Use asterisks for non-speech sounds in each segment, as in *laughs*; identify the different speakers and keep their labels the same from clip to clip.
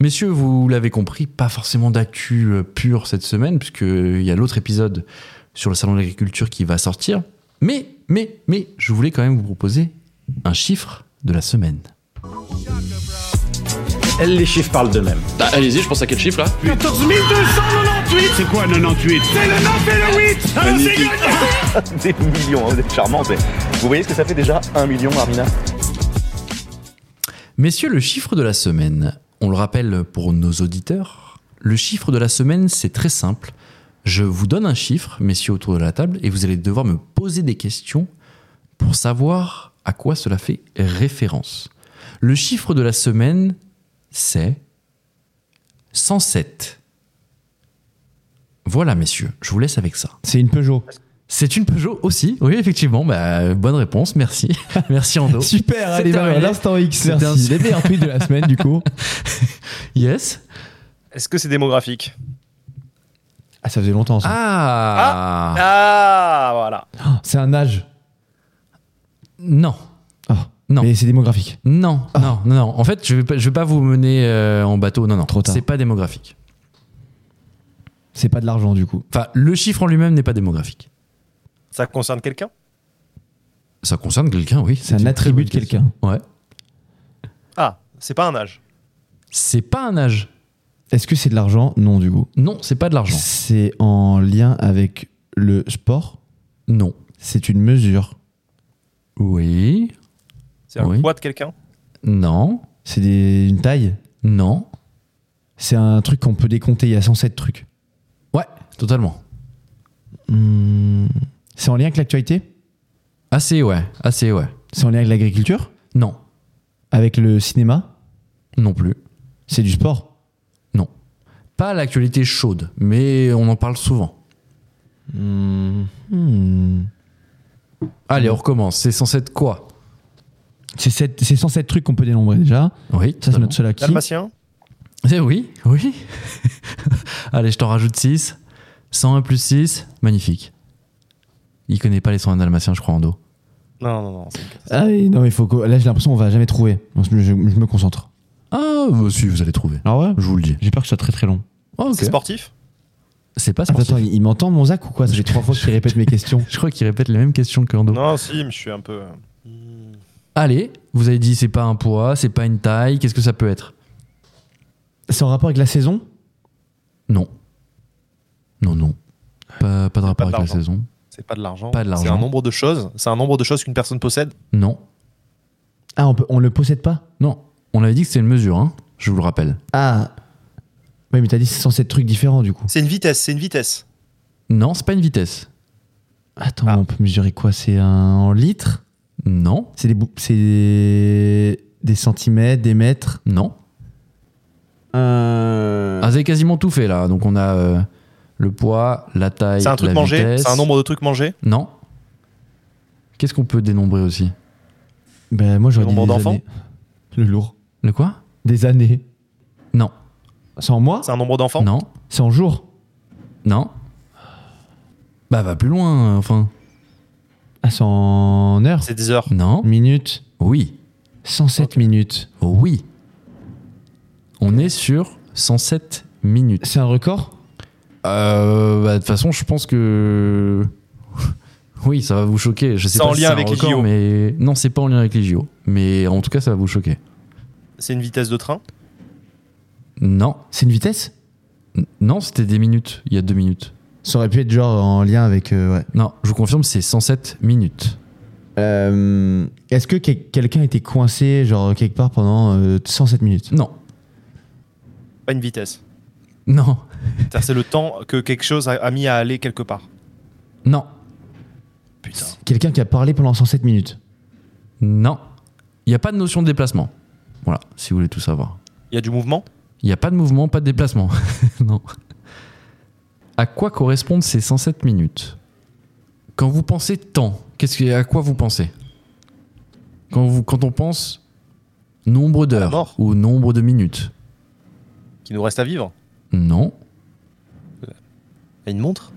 Speaker 1: Messieurs, vous l'avez compris, pas forcément d'actu euh, pure cette semaine, puisqu'il y a l'autre épisode sur le salon de l'agriculture qui va sortir. Mais, mais, mais, je voulais quand même vous proposer un chiffre de la semaine.
Speaker 2: Les chiffres parlent d'eux-mêmes.
Speaker 3: Bah, allez-y, je pense à quel chiffre là
Speaker 4: 14 298 C'est quoi 98 C'est le 9 et le 8 Alors c'est
Speaker 2: *laughs*
Speaker 4: gagné
Speaker 2: Des millions, hein, vous êtes charmants, mais vous voyez ce que ça fait déjà Un million, Armina
Speaker 1: Messieurs, le chiffre de la semaine, on le rappelle pour nos auditeurs, le chiffre de la semaine, c'est très simple. Je vous donne un chiffre, messieurs autour de la table, et vous allez devoir me poser des questions pour savoir à quoi cela fait référence. Le chiffre de la semaine, c'est 107. Voilà, messieurs, je vous laisse avec ça.
Speaker 5: C'est une Peugeot.
Speaker 1: C'est une Peugeot aussi, oui, effectivement. Bah, bonne réponse, merci. *laughs* merci, Ando.
Speaker 5: *laughs* Super,
Speaker 1: C'est
Speaker 5: allez, bah,
Speaker 1: terminé.
Speaker 5: l'instant X,
Speaker 1: C'était un
Speaker 5: merci. Les meilleurs tweets de la semaine, du coup.
Speaker 1: Yes.
Speaker 6: Est-ce que c'est démographique
Speaker 5: Ah, ça faisait longtemps, ça.
Speaker 1: Ah,
Speaker 6: Ah, voilà.
Speaker 5: C'est un âge.
Speaker 1: Non,
Speaker 5: Ah,
Speaker 1: Non.
Speaker 5: Mais c'est démographique.
Speaker 1: non,
Speaker 6: Ah.
Speaker 1: non, non, non. En fait, je vais pas, je vais pas vous mener euh, en bateau. Non, non.
Speaker 5: Trop tard.
Speaker 1: C'est pas démographique.
Speaker 5: C'est pas de l'argent, du coup.
Speaker 1: Enfin, le chiffre en lui-même n'est pas démographique.
Speaker 6: Ça concerne quelqu'un
Speaker 1: Ça concerne quelqu'un, oui.
Speaker 5: C'est un
Speaker 1: une
Speaker 5: attribut de
Speaker 1: très bonne question.
Speaker 5: quelqu'un.
Speaker 1: Ouais.
Speaker 6: Ah, c'est pas un âge.
Speaker 1: C'est pas un âge.
Speaker 5: Est-ce que c'est de l'argent Non, du coup.
Speaker 1: Non, c'est pas de l'argent.
Speaker 5: C'est en lien avec le sport.
Speaker 1: Non.
Speaker 5: C'est une mesure.
Speaker 1: Oui.
Speaker 6: C'est un
Speaker 1: Oui.
Speaker 6: poids de quelqu'un
Speaker 1: Non.
Speaker 5: C'est des- une taille.
Speaker 1: Non.
Speaker 5: C'est un truc qu'on peut décompter. Il y a 107 trucs.
Speaker 1: Ouais, totalement.
Speaker 5: Hmm. C'est en lien avec l'actualité
Speaker 1: Assez, ouais. Assez, ouais.
Speaker 5: C'est en lien avec l'agriculture
Speaker 1: Non.
Speaker 5: Avec le cinéma
Speaker 1: Non plus.
Speaker 5: C'est du sport
Speaker 1: Non. Pas l'actualité chaude, mais on en parle souvent.
Speaker 5: Hmm.
Speaker 1: Allez, on recommence. C'est censé être quoi
Speaker 5: C'est sept- c'est 107 trucs qu'on peut dénombrer déjà.
Speaker 1: Oui,
Speaker 5: Ça, c'est notre seul acquis.
Speaker 6: Dalmatien
Speaker 1: Eh oui, oui. *laughs* Allez, je t'en rajoute 6. 101 plus 6, magnifique. Il connaît pas les 101 dalmatiens, je crois, en dos.
Speaker 6: Non, non, non. c'est une catastrophe.
Speaker 5: Ah oui, non, mais faut que... Là, j'ai l'impression qu'on va jamais trouver. Je, je- je me concentre.
Speaker 1: Ah, bah, si, vous allez trouver.
Speaker 5: Ah ouais
Speaker 1: Je vous le dis.
Speaker 5: J'ai peur que ce soit très très long.
Speaker 1: Ah, ok.
Speaker 6: C'est sportif
Speaker 1: C'est pas
Speaker 5: Attends,
Speaker 1: sportif.
Speaker 5: attends, il il m'entend mon Zach ou quoi Ça fait trois fois qu'il répète mes questions.
Speaker 1: Je crois qu'il répète les mêmes questions que Ando.
Speaker 6: Non, Ah, si, mais je suis un peu. euh, hmm.
Speaker 1: Allez, vous avez dit c'est pas un poids, c'est pas une taille, qu'est-ce que ça peut être
Speaker 5: *laughs* C'est en rapport avec la saison
Speaker 1: Non. Non, non. Pas, pas de rapport
Speaker 6: de
Speaker 1: avec la
Speaker 6: l'argent.
Speaker 1: saison.
Speaker 6: C'est pas de l'argent.
Speaker 1: Pas de
Speaker 6: C'est
Speaker 1: l'argent.
Speaker 6: un nombre de choses. C'est un nombre de choses qu'une personne possède.
Speaker 1: Non.
Speaker 5: Ah, on, peut, on le possède pas
Speaker 1: Non. On avait dit que c'était une mesure, hein. Je vous le rappelle.
Speaker 5: Ah. Oui, mais t'as dit c'est 107 trucs différents du coup.
Speaker 6: C'est une vitesse. C'est une vitesse.
Speaker 1: Non, c'est pas une vitesse.
Speaker 5: Attends, on peut mesurer quoi C'est un en litres
Speaker 1: Non.
Speaker 5: C'est des, bou- c'est des, des centimètres, des mètres
Speaker 1: Non. Ah, vous avez quasiment tout fait là. Donc on a euh, le poids, la taille,
Speaker 6: C'est un truc
Speaker 1: la
Speaker 6: mangé.
Speaker 1: vitesse.
Speaker 6: C'est un nombre de trucs mangés.
Speaker 1: Non. Qu'est-ce qu'on peut dénombrer aussi
Speaker 5: Ben moi j'aurais
Speaker 6: Le
Speaker 5: dit
Speaker 6: nombre
Speaker 5: des
Speaker 6: d'enfants
Speaker 5: années. Le lourd.
Speaker 1: Le quoi
Speaker 5: Des années.
Speaker 1: Non.
Speaker 5: C'est en mois
Speaker 6: C'est un nombre d'enfants.
Speaker 1: Non.
Speaker 5: C'est en jours
Speaker 1: Non. Bah va plus loin. euh, Enfin.
Speaker 5: Ah, c'est en heures
Speaker 6: C'est des heures.
Speaker 1: Non.
Speaker 5: Minutes
Speaker 1: Oui.
Speaker 5: 107 minutes.
Speaker 1: Oui. On est sur 107 minutes.
Speaker 5: C'est un record
Speaker 1: Euh, bah, de toute façon, je pense que. *laughs* Oui, ça va vous choquer. Je sais
Speaker 6: C'est
Speaker 1: pas
Speaker 6: en
Speaker 1: si
Speaker 6: lien
Speaker 1: c'est
Speaker 6: avec
Speaker 1: un
Speaker 6: les
Speaker 1: record,
Speaker 6: JO.
Speaker 1: Mais... Non, c'est pas en lien avec les JO. Mais en tout cas, ça va vous choquer.
Speaker 6: C'est une vitesse de train.
Speaker 1: Non.
Speaker 5: C'est une vitesse
Speaker 1: N- Non, c'était des minutes. Il y a deux minutes.
Speaker 5: Ça aurait pu être genre en lien avec. euh, ouais.
Speaker 1: Non, je vous confirme, c'est 107 minutes.
Speaker 5: Euh, Est-ce que quel- quelqu'un était coincé genre quelque part pendant euh, 107 minutes
Speaker 1: Non,
Speaker 6: Pas une vitesse.
Speaker 1: non,
Speaker 6: C'est-à-dire, C'est le temps que quelque chose a, a mis à aller quelque part.
Speaker 1: non,
Speaker 6: Putain.
Speaker 5: Quelqu'un qui a parlé pendant 107 minutes.
Speaker 1: non. Il n'y a pas de notion de déplacement. Voilà, si vous voulez tout savoir.
Speaker 6: Il y a du mouvement.
Speaker 1: Il n'y a pas de mouvement, pas de déplacement. *laughs* non. À quoi correspondent ces 107 minutes Quand vous pensez temps, qu'est-ce que, à quoi vous pensez quand, vous, quand on pense nombre d'heures
Speaker 6: mort.
Speaker 1: ou nombre de minutes
Speaker 6: Qui nous reste à vivre.
Speaker 1: Non,
Speaker 6: Il y a une montre.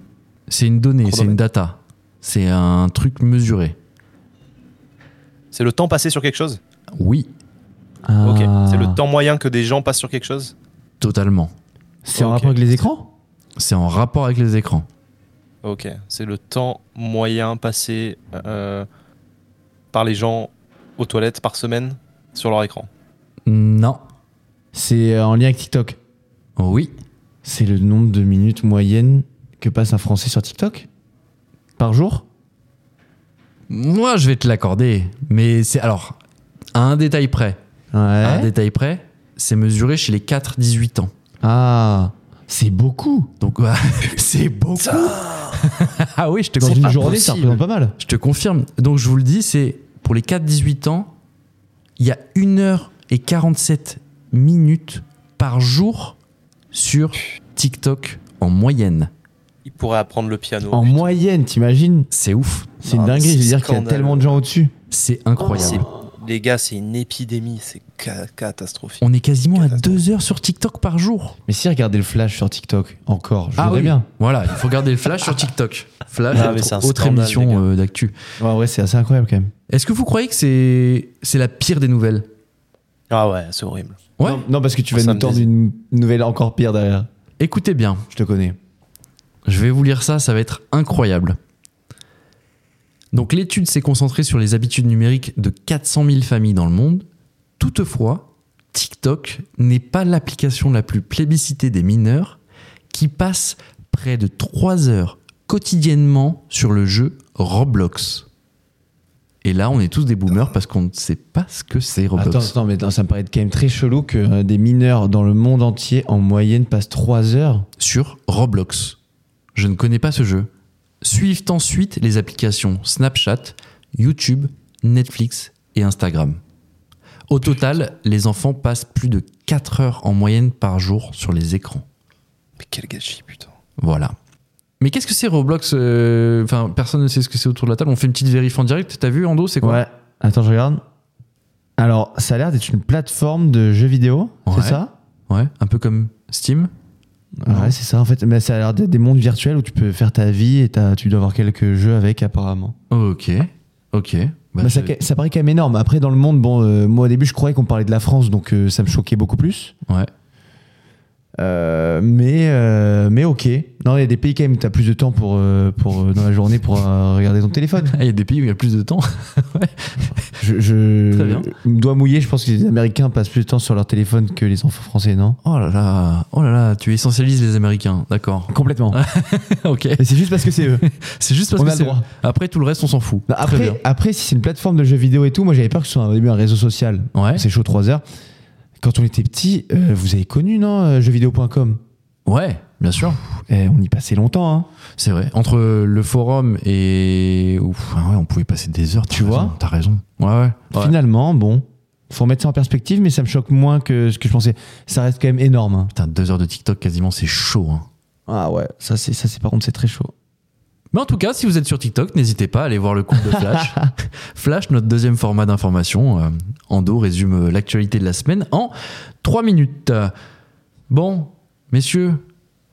Speaker 1: c'est une donnée, c'est une
Speaker 6: Chronomètre.
Speaker 1: data. C'est un truc mesuré.
Speaker 6: C'est le temps passé sur quelque chose.
Speaker 1: Oui,
Speaker 6: Ok.
Speaker 5: Ah.
Speaker 6: C'est le temps moyen que des gens passent sur quelque chose.
Speaker 1: Totalement.
Speaker 5: C'est en
Speaker 6: Ok.
Speaker 5: rapport avec les écrans
Speaker 1: C'est en rapport avec les écrans.
Speaker 6: Ok, c'est le temps moyen passé euh, par les gens aux toilettes par semaine sur leur écran.
Speaker 1: Non.
Speaker 5: C'est euh, en lien avec TikTok.
Speaker 1: Oui.
Speaker 5: C'est le nombre de minutes moyennes que passe un Français sur TikTok Par jour
Speaker 1: Moi, je vais te l'accorder. Mais c'est. Alors, à un détail près. À un
Speaker 5: Ouais.
Speaker 1: détail près, c'est mesuré chez les 4-18 ans.
Speaker 5: Ah, c'est beaucoup.
Speaker 1: Donc, ouais, *laughs* c'est beaucoup. *laughs* ah oui, je te
Speaker 5: Dans
Speaker 1: confirme.
Speaker 5: une journée, ça représente pas mal.
Speaker 1: Je te confirme. Donc, je vous le dis, c'est pour les 4-18 ans, il y a 1h47 minutes par jour sur TikTok en moyenne.
Speaker 6: Ils pourraient apprendre le piano.
Speaker 5: En moyenne, t'imagines
Speaker 1: C'est ouf.
Speaker 5: C'est une
Speaker 6: Oh, Ah,
Speaker 5: dinguerie,
Speaker 6: c'est
Speaker 5: je veux dire qu'il y a
Speaker 6: scandaleux.
Speaker 5: tellement de gens au-dessus.
Speaker 1: C'est incroyable.
Speaker 6: C'est- Les gars, c'est une épidémie, c'est ca- catastrophique.
Speaker 1: On est quasiment à
Speaker 6: Catastrophe.
Speaker 1: 2 heures sur TikTok par jour.
Speaker 5: Mais si regardez le flash sur TikTok, encore, je voudrais
Speaker 1: Ah oui.
Speaker 5: bien.
Speaker 1: Voilà, il faut garder le flash sur TikTok. Flash,
Speaker 6: Ah, mais
Speaker 1: autre,
Speaker 6: c'est un
Speaker 1: autre
Speaker 6: scandale, les gars.
Speaker 1: émission euh, d'actu.
Speaker 5: Ouais, ouais, c'est assez incroyable quand même.
Speaker 1: Est-ce que vous croyez que c'est c'est la pire des nouvelles
Speaker 6: Ah ouais, c'est horrible.
Speaker 1: Ouais.
Speaker 5: Non, non, parce que tu vas
Speaker 6: Ça
Speaker 5: nous
Speaker 6: me
Speaker 5: tendre
Speaker 6: dés-
Speaker 5: une nouvelle encore pire derrière.
Speaker 1: Écoutez bien,
Speaker 5: Je te connais.
Speaker 1: je vais vous lire ça, ça va être incroyable. Donc l'étude s'est concentrée sur les habitudes numériques de 400 000 familles dans le monde. Toutefois, TikTok n'est pas l'application la plus plébiscitée des mineurs qui passent près de 3 heures quotidiennement sur le jeu Roblox. Et là, on est tous des boomers parce qu'on ne sait pas ce que c'est Roblox.
Speaker 5: Attends, attends, mais attends, ça me paraît quand même très chelou que euh, des mineurs dans le monde entier en moyenne passent 3 heures.
Speaker 1: sur Roblox. Je ne connais pas ce jeu. Suivent ensuite les applications Snapchat, YouTube, Netflix et Instagram. Au total, les enfants passent plus de 4 heures en moyenne par jour sur les écrans.
Speaker 6: Mais quel gâchis, putain.
Speaker 1: Voilà. Mais qu'est-ce que c'est Roblox euh, Enfin, personne ne sait ce que c'est autour de la table. On fait une petite vérif en direct. T'as vu, Ando, c'est quoi
Speaker 5: Ouais, attends, je regarde. Alors, ça a l'air d'être une plateforme de jeux vidéo,
Speaker 1: Ouais.
Speaker 5: c'est ça
Speaker 1: Ouais, un peu comme Steam.
Speaker 5: Ouais, c'est ça en fait. Mais ça a l'air d'être des mondes virtuels où tu peux faire ta vie et t'as- tu dois avoir quelques jeux avec apparemment.
Speaker 1: Ok, ok. Bah,
Speaker 5: Bah, ça,
Speaker 1: je-
Speaker 5: ca- ça paraît quand même énorme. Après, dans le monde, bon, euh, moi au début, je croyais qu'on parlait de la France, donc euh, ça me choquait beaucoup plus.
Speaker 1: Ouais.
Speaker 5: Euh, mais, euh, mais ok. Non, il y a des pays quand même où t'as plus de temps pour, euh, pour, euh, dans la journée pour euh, regarder ton téléphone.
Speaker 1: Ah, Il y a des pays où il y a plus de temps. *laughs*
Speaker 5: Je, je
Speaker 1: Très bien.
Speaker 5: me dois mouiller, je pense que les Américains passent plus de temps sur leur téléphone que les enfants français, non
Speaker 1: Oh là là, oh là là, tu essentialises les Américains, d'accord.
Speaker 5: *laughs* Complètement.
Speaker 1: ok.
Speaker 5: Mais c'est juste parce que c'est eux.
Speaker 1: C'est juste *laughs* parce
Speaker 5: On
Speaker 1: que
Speaker 5: a le
Speaker 1: c'est-
Speaker 5: droit.
Speaker 1: Après, tout le reste, on s'en fout.
Speaker 5: Non,
Speaker 1: Très
Speaker 5: après,
Speaker 1: bien.
Speaker 5: après, si c'est une plateforme de jeux vidéo et tout, moi j'avais peur que ce soit au début un réseau social.
Speaker 1: Ouais.
Speaker 5: C'est chaud 3 heures. Quand on était petit, euh, vous avez connu, non euh, Jeuxvideo.com
Speaker 1: Ouais, bien sûr.
Speaker 5: Eh, On y passait longtemps, hein.
Speaker 1: C'est vrai. Entre le forum et. Ouf, ah ouais, on pouvait passer des heures, tu
Speaker 5: vois
Speaker 1: T'as raison. Ouais, ouais. Ouais.
Speaker 5: Finalement, bon, faut remettre ça en perspective, mais ça me choque moins que ce que je pensais. Ça reste quand même énorme. hein.
Speaker 1: Putain, deux heures de TikTok, quasiment, c'est chaud. hein.
Speaker 5: Ah ouais, ça c'est ça c'est par contre c'est très chaud.
Speaker 1: Mais en tout cas, si vous êtes sur TikTok, n'hésitez pas à aller voir le compte de Flash. Flash, notre deuxième format d'information. euh, Ando résume euh, l'actualité de la semaine en 3 minutes. Euh, Bon, messieurs,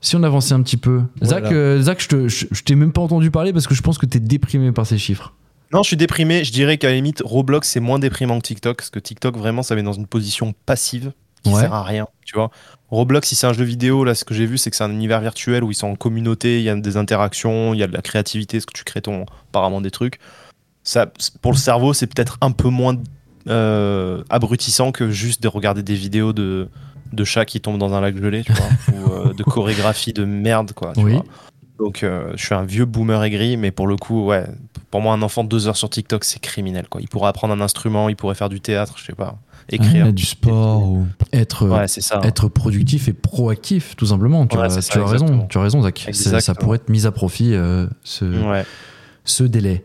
Speaker 1: si on avançait un petit peu.
Speaker 6: Voilà.
Speaker 1: Zach, euh, Zach, je te- je je t'ai même pas entendu parler parce que je pense que t'es déprimé par ces chiffres.
Speaker 6: Non, je suis déprimé. Je dirais qu'à la limite, Roblox, c'est moins déprimant que TikTok, parce que TikTok, vraiment, ça met dans une position passive qui
Speaker 1: Ouais.
Speaker 6: sert à rien, tu vois. Roblox, si c'est un jeu vidéo, là, ce que j'ai vu, c'est que c'est un univers virtuel où ils sont en communauté, il y a des interactions, il y a de la créativité, ce que tu crées ton, apparemment des trucs. Ça, pour le cerveau, c'est peut-être un peu moins euh, abrutissant que juste de regarder des vidéos de, de chats qui tombent dans un lac gelé,
Speaker 1: *laughs*
Speaker 6: tu vois, ou euh, de chorégraphie de merde, quoi. tu
Speaker 1: Oui.
Speaker 6: vois. Donc, euh, je suis un vieux boomer aigri, mais pour le coup, ouais, pour moi, un enfant de deux heures sur TikTok, c'est criminel, quoi. Il pourrait apprendre un instrument, il pourrait faire du théâtre, je sais pas, écrire.
Speaker 5: Ah, du sport ou-
Speaker 1: Être, euh,
Speaker 6: Ouais, c'est ça.
Speaker 1: être productif et proactif, tout simplement. Tu,
Speaker 6: Ouais,
Speaker 1: as,
Speaker 6: c'est
Speaker 1: tu
Speaker 6: ça,
Speaker 1: as raison,
Speaker 6: exactement.
Speaker 1: tu as raison, Zach. Ça- Ça
Speaker 6: Exactement.
Speaker 1: pourrait être mis à profit euh, ce,
Speaker 6: Ouais.
Speaker 1: ce délai.